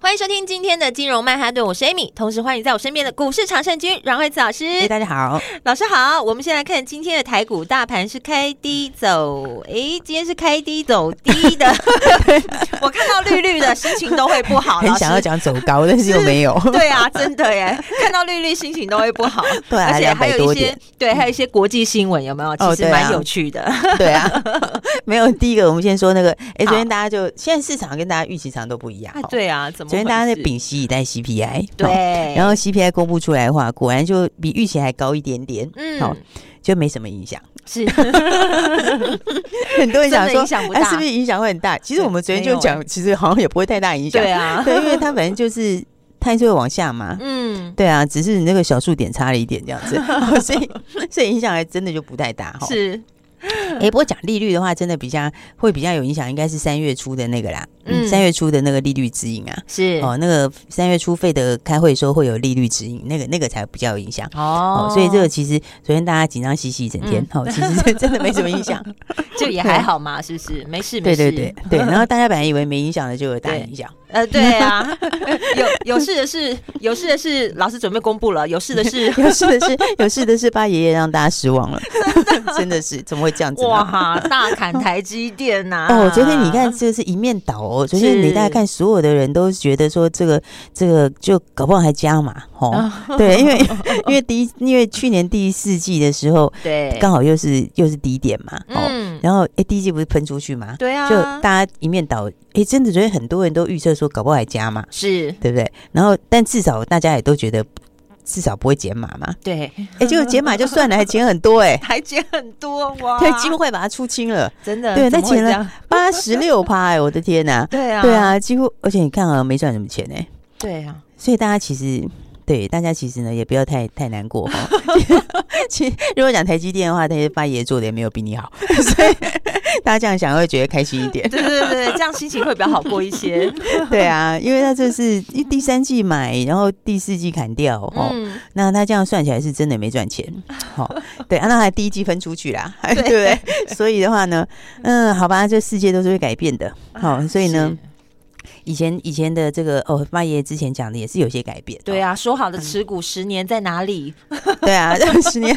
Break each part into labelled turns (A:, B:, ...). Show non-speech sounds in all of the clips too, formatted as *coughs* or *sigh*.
A: 欢迎收听今天的金融曼哈顿，我是 Amy，同时欢迎在我身边的股市常胜军阮惠慈老师。
B: 哎、大家好，
A: 老师好，我们现在看今天的台股大盘是开低走，诶，今天是开低走低 *laughs* 的，我看到绿绿的心情都会不好。
B: 很
A: 哦 *laughs* 老师
B: 想要讲走高，但是又
A: *laughs*
B: 没有。
A: 对啊，真的耶，看到绿绿心情都会不 *laughs* 好。
B: 对啊
A: 而且还
B: 200
A: 有
B: 多
A: 一些
B: 点
A: 对，还有一些国际新闻有没有？其
B: 哦
A: 实
B: 对啊
A: 蛮有趣 *laughs* 的。
B: 对啊，没有。第一个，我们先说那个，哎、
A: 好
B: 昨天大家就现在市场跟大家预期常都不一样、
A: 啊
B: 哦。，
A: 对啊，怎么？
B: 昨天大家在。屏息以待 CPI，
A: 对
B: 哦，然后 CPI 公布出来的话，果然就比预期还高一点点，
A: 嗯
B: 好就没什么影响。
A: *laughs* 是
B: 很多人想
A: 真的
B: 说
A: 影响不，大
B: 哎、是不是影响会很大？其实
A: 对
B: 我们昨天
A: 没有
B: 就讲，其实好像也不会太大影响。
A: 对啊，
B: 对，因为它反正就是它还是会往下嘛。
A: 嗯，
B: 对啊，只是你那个小数点差了一点这样子，哦所以 *laughs* 所以影响还真的就不太大哦哈。
A: 是 *laughs*
B: 哎、不过讲利率的话，真的比较会比较有影响，应该是三月初的那个啦，
A: 嗯
B: 嗯，三月初的那个利率指引啊，
A: 是
B: 哦，那个三月初费的开会的时候会有利率指引，那个那个才比较有影响。
A: 哦嗯
B: 哦，所以这个其实昨天大家紧张兮兮一整天，哦，其实真的没什么
A: *laughs*
B: 影响。
A: 就也还好嘛，是不是？没事，没事。
B: 对对对对，然后大家本来以为没影响的，就有大
A: *laughs* 对
B: 影响。
A: 呃，对啊， *laughs* 有有事的是有事的是老师准备公布了，有
B: *laughs*
A: 事的是
B: 有事的是有事的是，八爷爷让大家失望
A: *laughs*
B: 了，真的是怎么会这样子呢？啊
A: 哇哈，大砍台积电啊呐、
B: 哦，昨天你看，这是一面倒哦。昨天
A: 是
B: 你大概看所有的人都觉得说这个这个就搞不好还加嘛，哦， *laughs* 对，因为因为第一因为去年第四季的时候
A: 对，
B: 刚好又是又是低点嘛，哦，
A: 嗯，
B: 然后哎第一季不是喷出去嘛，
A: 对啊，
B: 就大家一面倒，哎，真的昨天很多人都预测说搞不好还加嘛，
A: 是
B: 对不对？然后但至少大家也都觉得。至少不会减码嘛？ *laughs*
A: 对
B: 哎，结果减码就算了，还减很多哎、
A: 台积很多 *laughs* 哇，
B: 对，几乎快把它出清了，
A: 真的
B: 对
A: 怎么会
B: 那钱
A: 这
B: 呢
A: 样
B: 八十六趴哎，我的
A: *laughs*
B: 天呐、
A: 对啊，
B: 对，啊，几乎，而且你看啊，没赚什么钱哎、
A: 对啊，
B: 所以大家其实。对大家其实呢也不要太太
A: *laughs*
B: 难过哈、哦。其实如果讲台积电的话，那些八爷做的也没有比你好， *laughs* 所以大家这样想会觉得开心一点。
A: 对对对，这样心情会比较好过一些。
B: 对啊，因为他这是因为第三季买，然后第四季砍掉哦，
A: 嗯，
B: 那他这样算起来是真的没
A: *laughs*
B: 赚钱。好、对啊，那还第一季分出去啦， *laughs* 对不对？所以的话呢，嗯，好吧，这世界都是会改变的。 *laughs*
A: 啊
B: 好、所以呢，以前以前的这个哦，八爷之前讲的也是有些改变。哦
A: 是，对啊，说好的持股十年在哪里？
B: *laughs* 对啊， *laughs* 十年，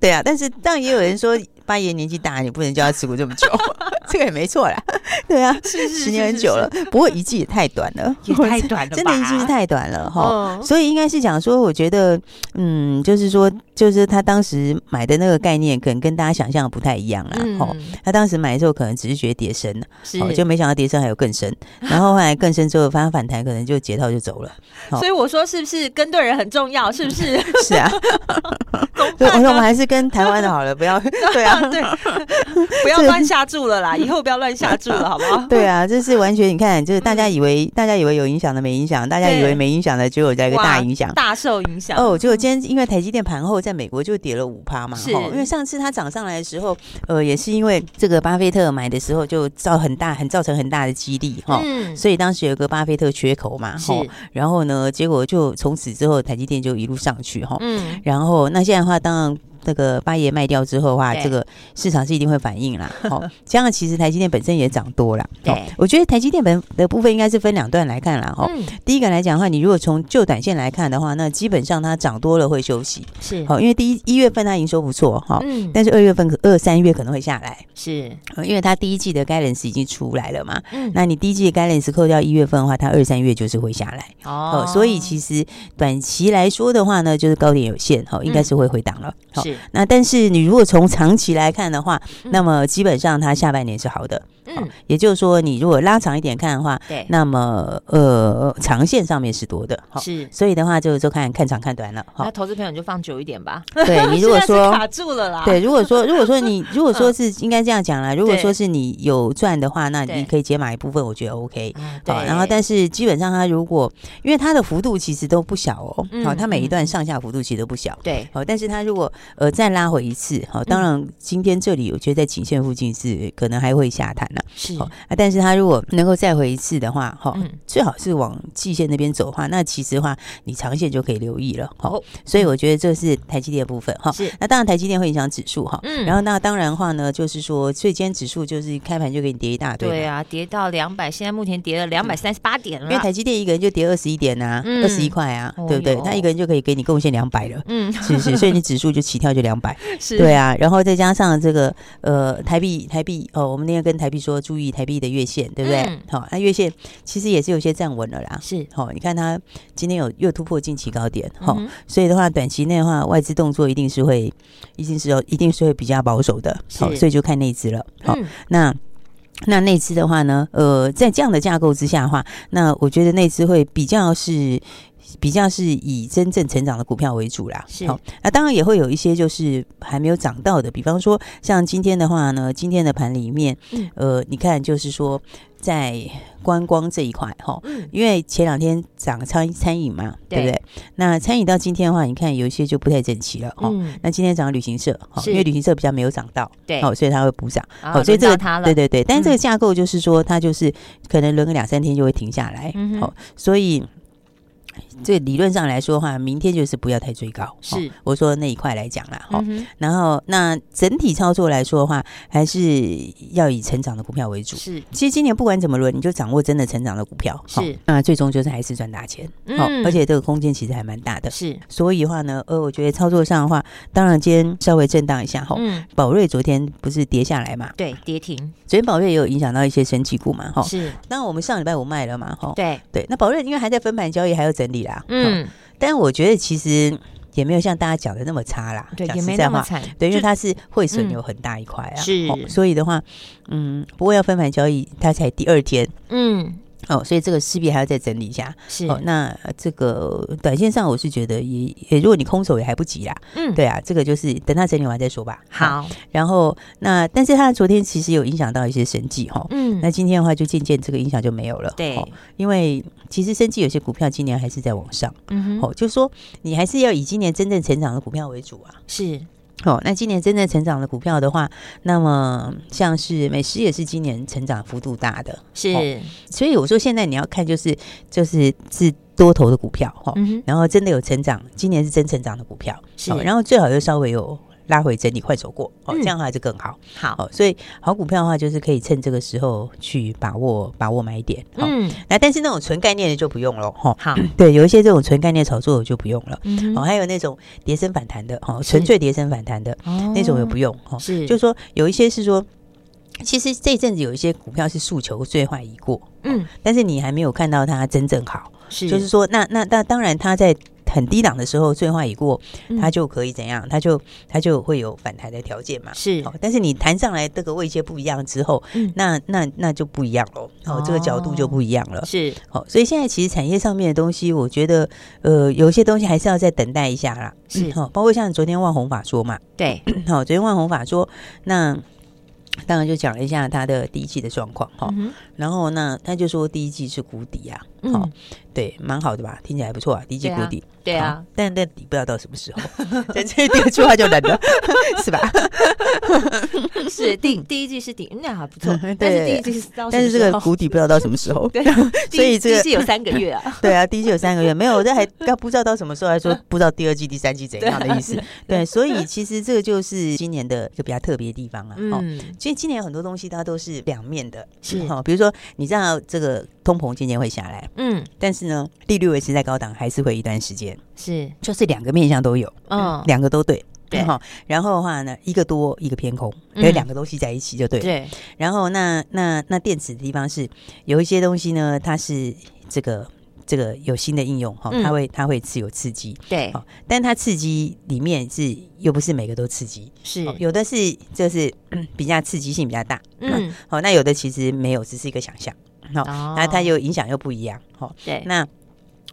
B: 对啊。但是当然也有人说，八爷年纪大，你不能叫他持股这么久， *laughs* 这个也没错啦。 *laughs* 对啊，十年很久了，不过一季也太短了， *laughs*
A: 也太短了吧，
B: 真的一季是太短了哈。
A: 哦，
B: 所以应该是讲说，我觉得，嗯，就是说，就是他当时买的那个概念，可能跟大家想象的不太一样啦。
A: 嗯
B: 哦，，他当时买的时候，可能只是觉得跌升，
A: 是
B: 哦，就没想到跌升还有更深，然后后来更深之后，发现反弹可能就解套就走了。好
A: 所以我说是不是跟对人很重要？ *laughs* 是不是？
B: 是 *laughs* 啊，所以我说我们还是跟台湾的好了，
A: *laughs*
B: 不要对啊，
A: 对，
B: *laughs*
A: 不要乱下注了啦，以后不要乱下注了， *laughs* 好不好？
B: 对啊，这是完全你看，就是大家以为大家以为有影响的没影响，大家以为没影响的，结果加一个大影响。
A: 大受影响。
B: 哦，结果今天因为台积电盘后在美国就跌了五趴嘛，
A: 是
B: 齁因为上次它涨上来的时候，呃，也是因为这个巴菲特买的时候就造很大、很造成很大的激励哈，齁
A: 嗯，
B: 所以当时有个巴菲特缺口嘛，
A: 是
B: 齁，然后呢，结果就从此之后台积电就一路上去哈，齁
A: 嗯，
B: 然后那现在的话，当然那个八爷卖掉之后的话，
A: 对
B: 这个市场是一定会反应啦。
A: *laughs*
B: 哦，这样其实台积电本身也涨多啦。
A: 对
B: 哦，我觉得台积电本的部分应该是分两段来看啦。哦，
A: 嗯，
B: 第一个来讲的话，你如果从旧短线来看的话，那基本上它涨多了会休息。
A: 是，
B: 哦，因为第一一月份它营收不错哈。哦
A: 嗯，
B: 但是二月份、二三月可能会下来，
A: 是，
B: 哦因为它第一季的 guidance 已经出来了嘛。
A: 嗯，
B: 那你第一季的 guidance 扣掉一月份的话，它二三月就是会下来。哦，所以其实短期来说的话呢，就是高点有限，哦，应该是会回档了。好
A: 嗯是，
B: 那但是你如果从长期来看的话，
A: 嗯
B: 那么基本上它下半年是好的。好
A: 嗯，
B: 也就是说，你如果拉长一点看的话，
A: 对，
B: 那么呃，长线上面是多的。好，
A: 是。
B: 所以的话就就看看长看短了。
A: 那
B: 好，
A: 投资朋友你就放久一点吧。 *laughs*
B: 对 *laughs* 你如果
A: 现在是
B: 说。
A: 卡住了啦，，
B: 对，如果说如果说你如果说是应该这样讲啦，如果
A: 对
B: 说是你有赚的话，那
A: 对
B: 你可以解码一部分，我觉得 OK。
A: 啊对
B: 好，，然后但是基本上它如果因为它的幅度其实都不小哦，好、
A: 嗯
B: 它每一
A: 嗯
B: 段上下幅度其实都不小。
A: 对，
B: 好，但是它如果呃再拉回一次。好、当然
A: 嗯
B: 今天这里我觉得在颈线附近是可能还会下探了、
A: 是
B: 好、啊，但是它如果能够再回一次的话，哈、
A: 嗯
B: 最好是往季线那边走的话，那其实的话你长线就可以留意了。好、
A: 哦
B: 所以我觉得这是台积电的部分哈。
A: 是
B: 那当然台积电会影响指数哈。
A: 嗯
B: 然后那当然的话呢，就是说，所以今天指数就是开盘就给你跌一大堆嘛。
A: 对啊，跌到两百，现在目前跌了两百三十八点了，
B: 因为台积电一个人就跌二十一点呐、啊，
A: 嗯
B: 二十一块啊，
A: 哦
B: 对不对
A: 哟？
B: 他一个人就可以给你贡献两
A: *laughs*
B: 百了。
A: 嗯
B: 是不是，所以你指数就起跳就两百，
A: 是
B: 对啊，然后再加上这个呃台币台币哦，我们那天跟台币说注意台币的月线，对不对
A: 嗯？
B: 好、那、月线其实也是有些站稳了啦。
A: 是
B: 好、你看它今天有又突破近期高点，好、
A: 嗯哼
B: 所以的话，短期内的话，外资动作一定是会，一定是有，一定是会比较保守的。
A: 是
B: 好、所以就看内资了。好、
A: 嗯
B: 那那内资的话呢，呃，在这样的架构之下的话，那我觉得内资会比较是。比较是以真正成长的股票为主啦，
A: 是
B: 那当然也会有一些就是还没有涨到的，比方说像今天的话呢，今天的盘里面，
A: 嗯
B: 呃，你看就是说在观光这一块哈，因为前两天涨餐餐饮嘛，
A: 嗯对
B: 对不对？那餐饮到今天的话，你看有一些就不太整齐了哈。
A: 嗯，
B: 那今天涨旅行社，哈
A: 是
B: 因为旅行社比较没有涨到，
A: 对
B: 好，所以它会补涨。
A: 好，
B: 所以这
A: 轮到
B: 个
A: 它了，
B: 对对对，但是这
A: 嗯
B: 个架构就是说，它就是可能轮个两三天就会停下来
A: 嗯哼，
B: 好，所以这理论上来说的话，明天就是不要太追高。
A: 是
B: 哦我说那一块来讲啦，好，
A: 嗯哼
B: 然后那整体操作来说的话，还是要以成长的股票为主。
A: 是
B: 其实今年不管怎么轮，你就掌握真的成长的股票，
A: 是
B: 好那最终就是还是赚大钱，好、
A: 嗯
B: 哦而且这个空间其实还蛮大的。
A: 是，
B: 所以的话呢，呃，我觉得操作上的话，当然今天稍微震荡一下哈。
A: 嗯，
B: 宝瑞昨天不是跌下来嘛？
A: 对，跌停
B: 昨天宝瑞也有影响到一些升级股嘛，哈。
A: 是，
B: 那我们上礼拜五卖了嘛，哈。
A: 对，
B: 对，那宝瑞因为还在分盘交易，还要整理啦。嗯。
A: 嗯，
B: 但我觉得其实也没有像大家讲的那么差啦。
A: 对，
B: 讲
A: 也
B: 实
A: 没
B: 在
A: 那么
B: 话
A: 惨，
B: 对，因为
A: 就
B: 它是汇损
A: 嗯
B: 有很大一块啊，
A: 是
B: 所以的话，嗯，不过要分盘交易，它才第二天
A: 嗯
B: 哦，所以这个势必还要再整理一下
A: 是，
B: 哦。那呃这个短线上，我是觉得也也，如果你空手也还不急啦，
A: 嗯，
B: 对啊，这个就是等它整理完再说吧。
A: 好，
B: 哦，然后那但是它昨天其实有影响到一些生计哈、哦，
A: 嗯，
B: 那今天的话就渐渐这个影响就没有了，
A: 对
B: 哦，因为其实生计有些股票今年还是在往上，
A: 嗯哼，
B: 哦，就是说你还是要以今年真正成长的股票为主啊。
A: 是，
B: 好、那今年真正成长的股票的话，那么像是美食也是今年成长幅度大的，
A: 是，
B: 所以我说现在你要看就是就是是多头的股票哈、哦
A: 嗯哼，
B: 然后真的有成长，今年是真成长的股票，
A: 是
B: 哦然后最好又稍微有拉回整理快走过，哦，
A: 嗯
B: 这样的话就更好。
A: 好，
B: 哦，所以好股票的话，就是可以趁这个时候去把握把握买点。哦，
A: 嗯，
B: 那但是那种纯概念的就不用了哈、哦。
A: 好，
B: 对，有一些这种纯概念炒作的就不用了。
A: 嗯
B: 哦，
A: 哼，
B: 还有那种跌升反弹的，哦，
A: 是
B: 纯粹跌升反弹的，那种也不
A: 用，
B: 用哦。
A: 是，
B: 就说有一些是说，其实这一阵子有一些股票是诉求最坏已过，
A: 嗯，
B: 但是你还没有看到它真正好。
A: 是，
B: 哦就是说，那那那当然，它在很低档的时候最坏已过，
A: 嗯
B: 它就可以怎样？它就它就会有反弹的条件嘛。
A: 是
B: 哦，但是你弹上来这个位阶不一样之后，
A: 嗯
B: 那那那就不一样喽。哦，这个角度就不一样了。
A: 是，
B: 哦，所以现在其实产业上面的东西，我觉得呃，有一些东西还是要再等待一下啦。
A: 是嗯
B: 嗯哦，包括像昨天万宏法说嘛，
A: 对，
B: 好，昨天万宏法说，那当然就讲了一下他的第一季的状况哈，
A: 嗯哼
B: 然后那他就说第一季是谷底啊，
A: 嗯
B: 好、对，蛮好的吧，听起来还不错啊，第一季
A: 对啊
B: 谷底，
A: 对啊
B: 好，，但但你不知道到什么
A: *laughs*
B: 时候，但这第二句话就难了， *laughs* 是吧？
A: 是第第一季是顶，那还
B: *laughs*
A: 不错
B: 嗯对，
A: 但是第一季是到什
B: 但
A: 么时
B: 是这个
A: 候
B: 谷底不知道到什么时候，
A: 对，啊
B: *laughs* 所以这个
A: 是有三个月啊，
B: *laughs* 对啊，第一季有三个月，没
A: *laughs*
B: 有，这还要不知道到什么时候，还说不知道第二季、第三季怎样的意
A: 啊
B: 思，对，所以其实这个就是今年的一个比较特别的地方啊，哦。
A: 嗯，
B: 所以今年有很多东西它都是两面的，
A: 是
B: 哈、比如说你知道这个通膨渐渐会下来，
A: 嗯，
B: 但是呢，利率维持在高档还是会一段时间，
A: 是，
B: 就是两个面向都有，
A: 嗯，
B: 两个都对。
A: 对
B: 哈，然后的话呢，一个多，一个偏空，
A: 嗯
B: 所以两个东西在一起就对了。
A: 对，
B: 然后那那那电池的地方是有一些东西呢，它是这个这个有新的应用哈，
A: 嗯
B: 它会它会是有刺激，
A: 对，
B: 好，但它刺激里面是又不是每个都刺激，
A: 是，
B: 哦有的是就是 *clears throat* 嗯比较刺激性比较大，
A: 嗯，
B: 好、那啊有的其实没有，只是一个想象。好、
A: 哦
B: 那它又影响又不一样。好、
A: 对，
B: 那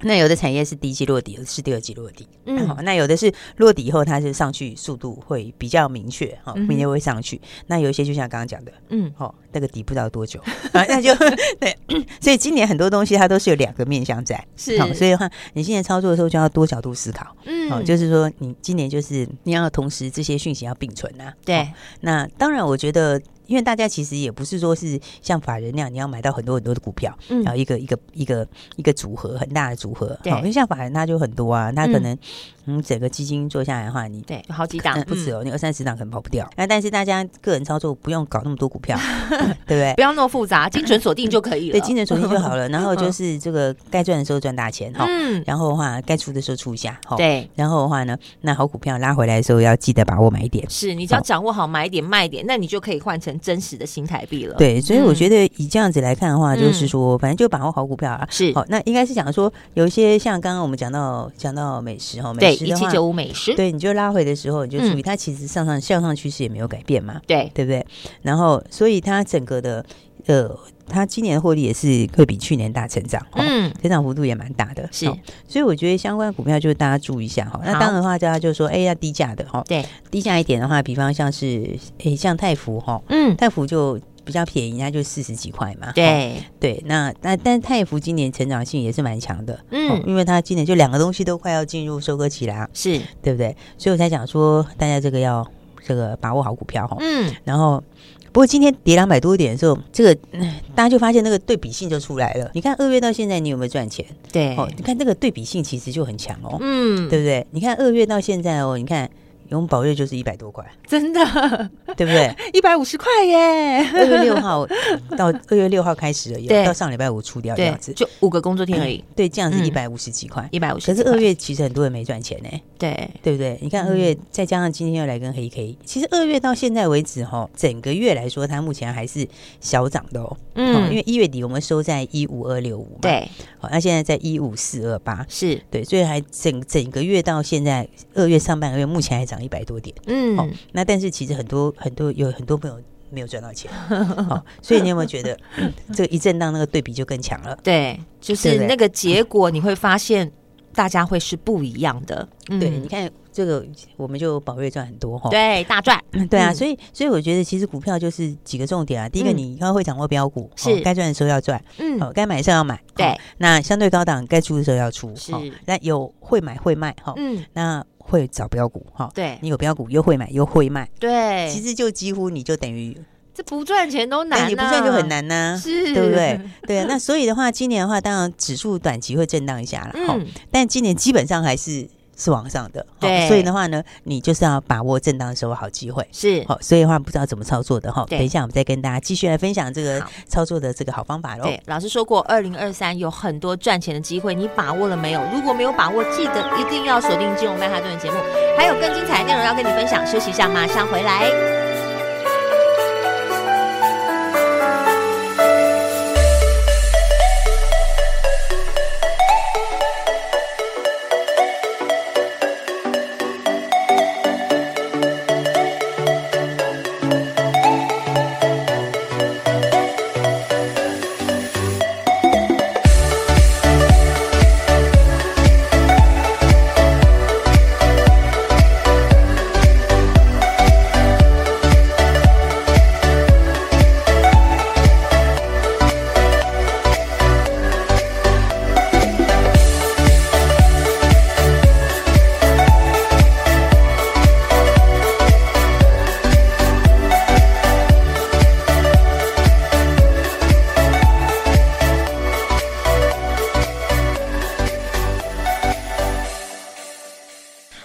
B: 那有的产业是第一季落底，有的是第二季落底，
A: 嗯
B: 好、那有的是落底以后，它是上去速度会比较明确，哈、
A: 嗯哼
B: 明天会上去。那有一些就像刚刚讲的，
A: 嗯，
B: 哦，那个底不知道多久， *laughs* 啊、
A: *laughs*
B: 那就对。 *coughs* 所以今年很多东西它都是有两个面向在，
A: 是
B: 好所以的话，你现在操作的时候就要多角度思考，
A: 嗯
B: 哦，就是说你今年就是你要同时这些讯息要并存啊，哦
A: 对，
B: 那当然，我觉得，因为大家其实也不是说是像法人那样，你要买到很多很多的股票，
A: 嗯
B: 然后一个一个一个一个组合，很大的组合。
A: 对
B: 好因为像法人他就很多啊，他可
A: 嗯
B: 能嗯整个基金做下来的话，你。
A: 对，有好几
B: 可
A: 档
B: 能不止
A: 嗯
B: 哦，你二三十档可能跑不掉。那但是大家个人操作不用搞那么多股
A: *laughs*
B: 票，对不对？
A: 不要那么复杂，精准锁定就可以了。
B: 对，精准锁定就好
A: *laughs*
B: 了。然后
A: 嗯
B: 就是这个该赚的时候赚大钱哈，
A: 嗯，
B: 然后的话该出的时候出一下哈。。
A: 对，
B: 然后的话呢，那好股票拉回来的时候要记得把握买一点。
A: 是你只要掌握好买点卖点，那你就可以换成真实的新台币了。，
B: 对，所以
A: 嗯
B: 我觉得以这样子来看的话，就
A: 嗯
B: 是说，反正就把握好股票啊。
A: 是
B: 好，那应该是讲说，有一些像刚刚我们讲到讲到美食哈，
A: 对，
B: 美食
A: 一
B: 的
A: 七
B: 话，
A: 九五嗯美食，
B: 对，你就拉回的时候你就注意，它其实上上向上趋势也没有改变嘛，
A: 对，
B: 对不对？然后，所以它整个的呃，它今年的获利也是会比去年大成长，哦，
A: 嗯，
B: 成长幅度也蛮大的，
A: 是
B: 哦所以我觉得相关股票就是大家注意一下哈。那当然的话，大家就说，哎，要低价的哈，
A: 对，
B: 低价一点的话，比方像是哎，像泰福哈，
A: 嗯，
B: 泰福就比较便宜，它就四十几块嘛。哦
A: 对，
B: 对，那但但泰福今年成长性也是蛮强的，
A: 嗯
B: 哦因为它今年就两个东西都快要进入收割期啦，
A: 是，
B: 对不对？所以我才讲说大家这个要这个把握好股票哈、哦
A: 嗯，
B: 然后。不过今天跌两百多点的时候，这个唉大家就发现那个对比性就出来了。你看二月到现在，你有没有赚钱？
A: 对，
B: 哦，你看那个对比性其实就很强哦，
A: 嗯，
B: 对不对？你看二月到现在哦，你看永宝瑞就是一百
A: *laughs*
B: 多块，
A: 真的
B: 对不对？
A: 一百五十块耶，
B: 二月六号到二月六号开始而已
A: 对
B: 哦，到上礼拜五出掉这
A: 对
B: 样，子，
A: 就五个工作天而已，
B: 对，这样子
A: 嗯
B: 一百五十几块。
A: 一百五十。
B: 可是二月其实很多人没赚钱呢、
A: 对，
B: 对不对？你看二月，
A: 嗯
B: 再加上今天又来跟黑 K，其实二月到现在为止哈、整个月来说，它目前还是小涨的哦。哦因为一月底我们收在一五二六五嘛，，
A: 嗯对
B: 好、那现在在一五四二八，
A: 是，
B: 对，所以还整整个月到现在二月上半个月，目前还涨一百多点。哦
A: 嗯，，
B: 那但是其实很多很多有很多朋友没有赚到钱，哦，所以你有没有觉
A: *laughs*
B: 得嗯这个一震荡那个对比就更强了？
A: 对，就
B: 对
A: 是
B: 不对
A: 那个结果，你会发现大家会是不一样的。
B: 对，
A: 嗯
B: 你看这个我们就宝瑞赚很多哈。哦
A: 对，大赚，
B: 对啊，
A: 嗯
B: 所以所以我觉得其实股票就是几个重点啊。第一个，
A: 嗯
B: 你要会掌握标股，
A: 是
B: 哦该赚的时候要赚，
A: 嗯，
B: 哦，该买的时候要买，
A: 对
B: 哦那相对高档该出的时候要出，
A: 是
B: 哦那有会买会卖哈，哦
A: 嗯，
B: 那会找标股哈。哦
A: 对
B: 你有标股又会买又会卖，
A: 对，
B: 其实就几乎你就等于，
A: 这不赚钱都难、
B: 哎
A: 啊，
B: 你不赚就很，难呐、
A: 是，*laughs*
B: 对不对？？对啊，那所以的话，今年的话，当然指数短期会震荡一下了，哦，
A: 嗯，
B: 但今年基本上还是是往上的，哦
A: 对
B: 所以的话呢，你就是要把握震荡的时候好机会。
A: 是，
B: 好、所以的话不知道怎么操作的哈、
A: 对
B: 等一下我们再跟大家继续来分享这个
A: 好
B: 操作的这个好方法喽。
A: 对，老师说过，二零二三有很多赚钱的机会，你把握了没有？如果没有把握，记得一定要锁定金融曼哈顿的节目，还有更精彩的内容要跟你分享。休息一下，马上回来。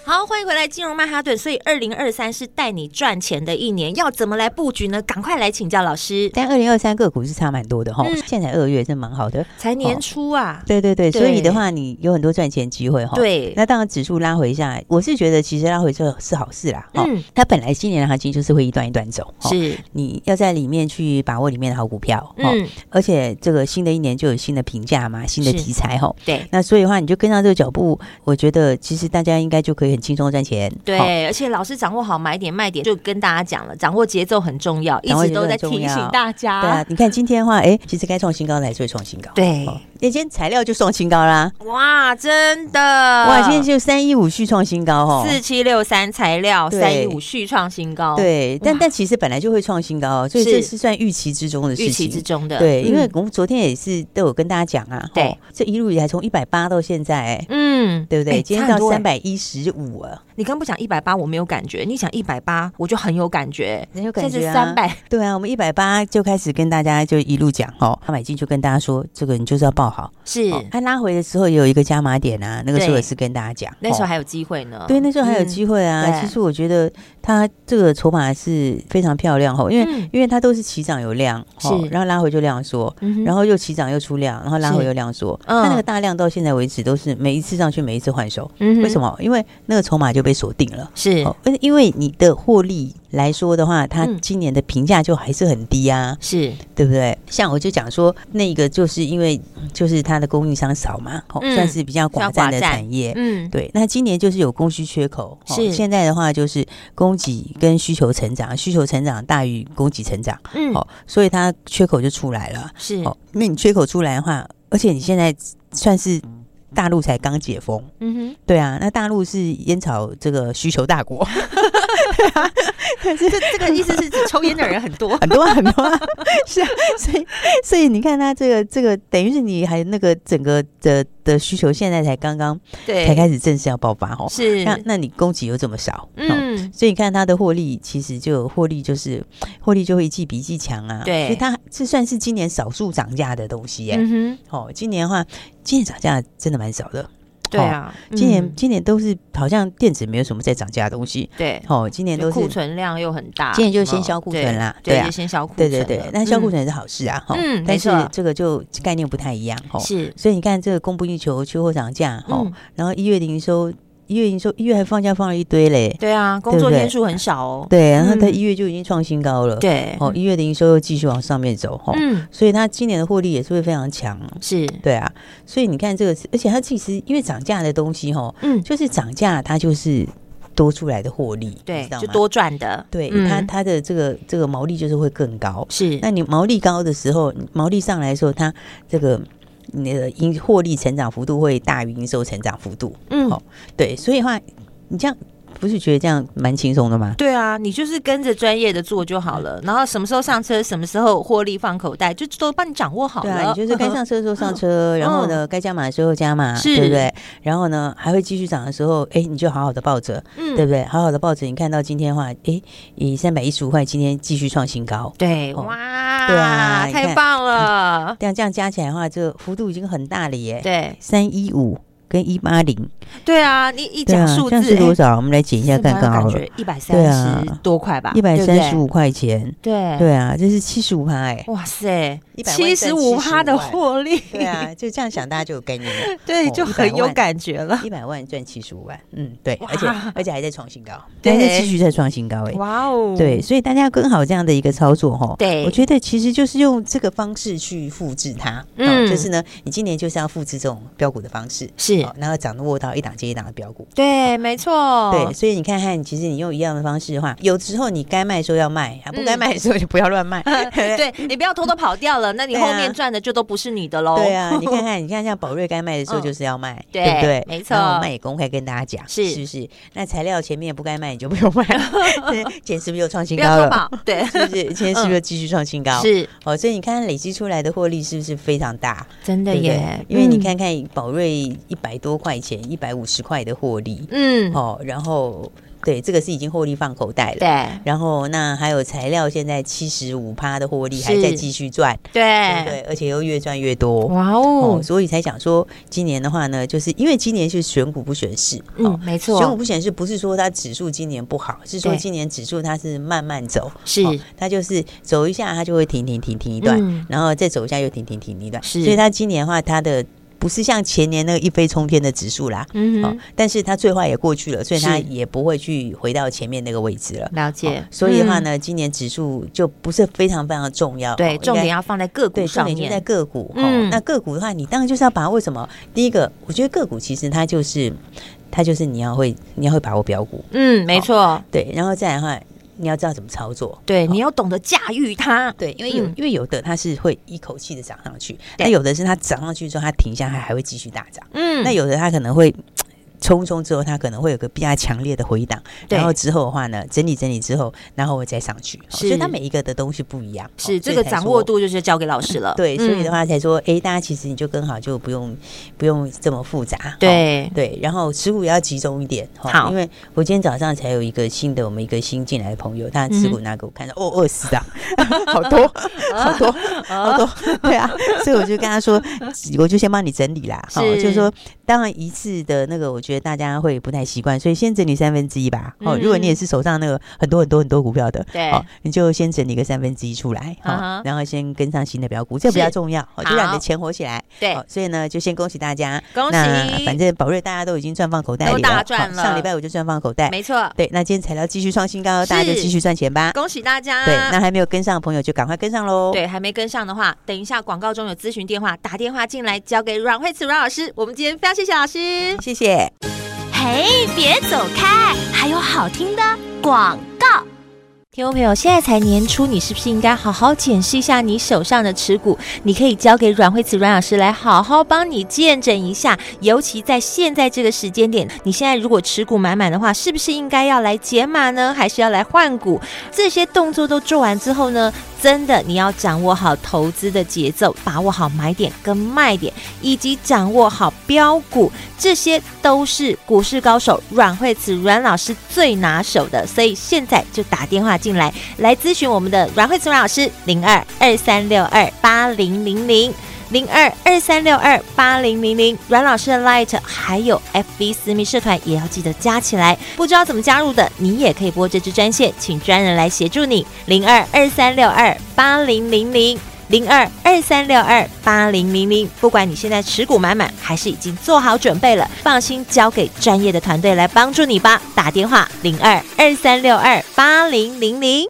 A: 好，欢迎回来，金融曼哈顿。所以，二零二三是带你赚钱的一年，要怎么来布局呢？赶快来请教老师。
B: 但二零二三个股是差蛮多的哈、
A: 嗯
B: 现在二月是蛮好的。
A: 才年初啊，
B: 对对对，
A: 对
B: 所以的话，你有很多赚钱机会哈。，
A: 对，
B: 哦那当然指数拉回下来，我是觉得其实拉回这是好事啦。哦，
A: 嗯，
B: 它本来今年的行情就是会一段一段走，哦，
A: 是，
B: 你要在里面去把握里面的好股票，哦，
A: 嗯，
B: 而且这个新的一年就有新的评价嘛，新的
A: 是
B: 题材哈、哦。
A: 对。
B: 那所以的话，你就跟上这个脚步，我觉得其实大家应该就可以很轻松赚钱。哦
A: 对，而且老师掌握好买点卖点，就跟大家讲了，掌握节奏很重要，一
B: 掌握
A: 直
B: 节奏
A: 都在
B: 很重
A: 提
B: 要
A: 醒大家。
B: 对啊，你看今天的话，哎，其实该创新高的还是会创新高。
A: 对
B: 哦那今天材料就创新高啦，
A: 哇，真的
B: 哇，今天就三一五续创新高哦。
A: 呃四七六三材料
B: 对
A: 三一五续创新高，，
B: 对，但
A: 哇
B: 但其实本来就会创新高，哦所以
A: 是
B: 这是算预期之中的事
A: 预
B: 情。
A: 期之中的，
B: 对，因为
A: 嗯
B: 我们昨天也是都有跟大家讲啊，
A: 对
B: 吼，这一路以来从一百八到现在、哎
A: 嗯，
B: 对不对？
A: 哎
B: 今天
A: 差
B: 到
A: 很多哎
B: 三百一十五啊，
A: 你刚不讲一百八，我没有感觉；你讲一百八，我就很有感觉。啊
B: 很有
A: 现在是三。百，
B: 对啊，我们一百八就开始跟大家就一路讲哦，他买进就跟大家说，这个你就是要报好。
A: 是
B: 哦他拉回的时候也有一个加码点啊，那个时候
A: 对
B: 也是跟大家讲，
A: 那时候
B: 哦
A: 还有机会呢。
B: 对，那时候还有机会啊。
A: 啊嗯对
B: 其实我觉得它这个筹码是非常漂亮哈，因为、
A: 嗯
B: 因为它都是起涨有量，哦
A: 是
B: 然后拉回就量缩，
A: 嗯哼
B: 然后又起涨又出量，然后拉回
A: 是
B: 又量缩。
A: 嗯
B: 它那个大量到现在为止都是每一次上去，每一次换手。
A: 嗯哼
B: 为什么？因为那个筹码就被锁定了。
A: 是
B: 哦，因因为你的获利来说的话，它
A: 嗯
B: 今年的评价就还是很低啊，
A: 是
B: 对不对？像我就讲说，那个就是因为就是它的供应商少嘛，哦，
A: 嗯
B: 算是比较寡占
A: 比较寡
B: 的
A: 占
B: 产业。
A: 嗯
B: 对，那今年就是有供需缺口，哦
A: 是
B: 现在的话就是供给跟需求成长，需求成长大于供给成长，
A: 嗯
B: 哦，所以它缺口就出来了，
A: 是
B: 哦，因为你缺口出来的话，而且你现在算是大陆才刚解封，
A: 嗯
B: 对啊，那大陆是烟草这个需求大国，
A: 哼， *laughs* 这这个意思是指抽烟的人很
B: *laughs*
A: 多
B: 很多啊很多啊，是啊，所以所以你看它这个这个等于是你还那个整个的的需求现在才刚刚
A: 对
B: 才开始正式要爆发哦，
A: 是
B: 那那你供给又这么少，嗯。
A: 嗯
B: 所以你看它的获利，其实就获利就是获利就会一季比一季强啊。
A: 对
B: 所以它这算是今年少数涨价的东西耶、
A: 嗯哼，
B: 哦，今年的话，今年涨价真的蛮少的。
A: 对啊，
B: 今年、
A: 嗯
B: 今年都是好像电子没有什么在涨价的东西。
A: 对，
B: 哦，今年
A: 就
B: 都是
A: 库存量又很大，嗯
B: 今年就先销库存啦
A: 对
B: 对
A: 对，
B: 啊
A: 就先销库
B: 对
A: 存
B: 对
A: 了，
B: 对，那销库
A: 嗯
B: 存也是好事啊。哈、
A: 嗯没
B: 但是
A: 错
B: 这个就概念不太一样。哦，
A: 是
B: 所以你看这个供不应求，缺货涨价。哦，
A: 嗯
B: 然后一月的营收，一月营收，一月还放假放了一堆嘞。
A: 对啊，工
B: 对
A: 作
B: 不对
A: 天数很少哦，
B: 对，然后它
A: 嗯
B: 一月就已经创新高了。
A: 对，
B: 哦，一月的营收又继续往上面走，哦，
A: 嗯
B: 所以它今年的获利也是会非常强，
A: 是
B: 对啊，所以你看这个是，而且它其实因为涨价的东西，哦，
A: 嗯
B: 就是涨价它就是多出来的获利，你
A: 对
B: 知道，
A: 就
B: 吗
A: 多赚的，
B: 对、
A: 嗯
B: 它它的这个这个毛利就是会更高。
A: 是
B: 那你毛利高的时候，毛利上来的时候，它这个你的营获利成长幅度会大于营收成长幅度，
A: 嗯
B: 好对，所以的话你这样不是觉得这样蛮轻松的吗？
A: 对啊，你就是跟着专业的做就好了，然后什么时候上车，什么时候获利放口袋，就都帮你掌握好
B: 对
A: 了。嗯
B: 啊，你就是该上车的时候上车，然后呢，该加码的时候加码，
A: 是
B: 对不对？然后呢，还会继续涨的时候，哎，你就好好的抱着，
A: *laughs* 嗯
B: 对不对？好好的抱着，你看到今天的话，哎，以三百一十五块，今天继续创新高。
A: 对，
B: 哦
A: 哇，
B: 对啊你看嗯
A: 太棒了，
B: 这样这样加起来的话，这个幅度已经很大了耶，
A: 对
B: 三一五跟一八零，
A: 对啊，你一
B: 对
A: 讲
B: 啊，
A: 数
B: 这
A: 字哎
B: 样是多少？我们来减一下看看好了，
A: 一百
B: 对
A: 三
B: 啊
A: 十多块吧，
B: 一百三十
A: 五，
B: 五块钱，
A: 对，
B: 对啊，这是七十五趴哎。
A: 哇塞，
B: 100万
A: 七十五趴的
B: 赚75万
A: 获利，
B: 对啊， *laughs* 就这样想，大家就有概念了。
A: *laughs* 对，就
B: 哦100
A: 很有
B: 万
A: 感觉了，
B: 一百万赚七十五万，嗯，对，
A: 哇
B: 而且而且还在创新 *laughs* 高，
A: 对
B: 还在继续在创新高哎、
A: 哇哦，
B: 对，所以大家要跟好这样的一个操作哈。
A: 对
B: 我觉得其实就是用这个方式去复制它。
A: 嗯
B: 嗯、就是呢，你今年就是要复制这种标股的方式，
A: 是
B: 哦，然后掌握到一档接一档的标股。
A: 对，没错，
B: 对，所以你看看，其实你用一样的方式的话，有时候你该卖的时候要卖，啊不该卖的时候就不要乱 *laughs* 卖。
A: 对你不要偷偷跑掉了，那你
B: 对啊
A: 后面赚的就都不是你的喽。
B: 对啊，
A: *laughs*
B: 你看看，你看像宝瑞该卖的时候就是要卖，
A: 哦嗯对
B: 不对？
A: 没错
B: 然后我们也公开跟大家讲，
A: 是
B: 是不是？那材料前面不该卖你就
A: *laughs*
B: 不用卖 *laughs* 了，对今天是不是又创新
A: 不
B: 高
A: 要偷
B: 了？ *laughs*
A: 跑，嗯对，*laughs*
B: 是不是？今天是不是又继续创新高？。
A: 是
B: 哦，所以你看累积出来的获利是不是非常大？
A: 真的
B: 对不对
A: 耶，
B: 因为你
A: 嗯，
B: 看看宝瑞一百多块钱，一百五十块的获利，
A: 嗯，
B: 哦，然后对，这个是已经获利放口袋了。
A: 对
B: 然后那还有材料，现在七十五趴的获利
A: 是哎
B: 还在继续赚，对不
A: 对，
B: 对？而且又越赚越多。
A: 哇
B: 哦
A: 哦，，
B: 所以才讲说，今年的话呢，就是因为今年是选股不选市，哦
A: 嗯，，没
B: 选股
A: 错，
B: 不选市不是说它指数今年不好，是说
A: 对
B: 今年指数它是慢慢走，
A: 是
B: 哦它就是走一下，它就会停停停停一段，
A: 嗯
B: 然后再走一下又停停停停一段，
A: 是
B: 所以它今年的话，它的不是像前年那个一飞冲天的指数啦，
A: 嗯
B: 哦
A: 哼，，
B: 但是它最坏也过去了，所以它
A: 是
B: 也不会去回到前面那个位置了。
A: 了
B: 哦
A: 解。
B: 所以的话
A: 嗯，
B: 呢，今年指数就不是非常非常重要，哦
A: 对，
B: 应
A: 重
B: 该
A: 点要放在个股
B: 对，重
A: 上
B: 点就在
A: 面，
B: 个股。
A: 嗯
B: 哦，那个股的话，你当然就是要把握什么？第一个，我觉得个股其实它就是它就是你要会你要会把握标股，哦
A: 嗯，没错，
B: 对，然后再来的话，你要知道怎么操作。哦
A: 对，你要懂得驾驭它。
B: 对，因为有、
A: 嗯
B: 因为有的它是会一口气的涨上去，
A: 对
B: 那有的是它涨上去之后它停下来还会继续大涨，
A: 嗯，
B: 那有的它可能会。冲冲之后，它可能会有个比较强烈的回档，
A: 对
B: 然后之后的话呢，整理整理之后，然后我再上去，哦
A: 是
B: 所以它每一个的东西不一样，
A: 是
B: 哦
A: 这个掌握。度就是交给老师了。
B: 所以才说对，所以的
A: 话，
B: 话才说，哎、大家其实你就跟好，就不用不用这么复杂。哦
A: 对，
B: 对，然后持股也要集中一点，哦
A: 好
B: 因为我今天早上才有一个新的，我们一个新进来的朋友，他的持
A: 嗯
B: 股拿给我看到，哦，二十
A: *laughs*
B: 张，好多，好多，好多， *laughs* 对啊，所以我就跟
A: *laughs*
B: 他说，我就先帮你整理啦，哦
A: 是
B: 就是说，当然一次的那个，我觉得大家会不太习惯，所以先整理三分之一吧，哦，如果你也是手上那个很多很多很多股票的，
A: 嗯对
B: 哦，你就先整理个三分之一出来，
A: 啊
B: 哦
A: 哈，
B: 然后先跟上新的标股，这比较
A: 是
B: 重要，哦就让你
A: 好
B: 的钱活起来，
A: 对
B: 哦，所以呢，就先恭喜大家，
A: 恭喜
B: 那反正宝瑞大家都已经赚放口袋里
A: 都
B: 了，
A: 大赚
B: 好
A: 了
B: 上礼拜我就赚放口袋，
A: 没错，
B: 对。那今天材料继续创新高，
A: 是
B: 大家就继续赚钱吧。
A: 恭喜大家。
B: 对，那还没有跟上的朋友就赶快跟上喽。
A: 对，还没跟上的话，等一下广告中有咨询电话，打电话进来交给阮慧慈阮老师。我们今天非常谢谢老师。
B: 谢谢。
C: 嘿，别走开，还有好听的广告。
A: 听众朋友，现在才年初，你是不是应该好好检视一下你手上的持股？你可以交给阮慧慈阮老师来好好帮你见证一下。尤其在现在这个时间点，你现在如果持股满满的话，是不是应该要来解码呢？还是要来换股？这些动作都做完之后呢，真的你要掌握好投资的节奏，把握好买点跟卖点，以及掌握好标股，这些都是股市高手阮慧慈阮老师最拿手的，所以现在就打电话进来来咨询我们的阮慧慈阮老师零二二三六二八零零零。零二二三六二八零零零，阮老师的 Light 还有 FB 私密社团也要记得加起来。不知道怎么加入的，你也可以拨这支专线，请专人来协助你。零二二三六二八零零零。零二二三六二八零零零，不管你现在持股满满，还是已经做好准备了，放心交给专业的团队来帮助你吧。打电话零二二三六二八零零零。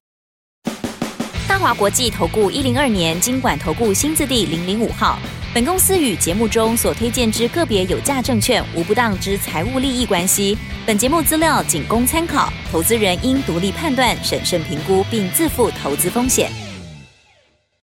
C: 大华国际投顾一零二年经管投顾新字第零零五号。本公司与节目中所推荐之个别有价证券无不当之财务利益关系。本节目资料仅供参考，投资人应独立判断、审慎评估并自负投资风险。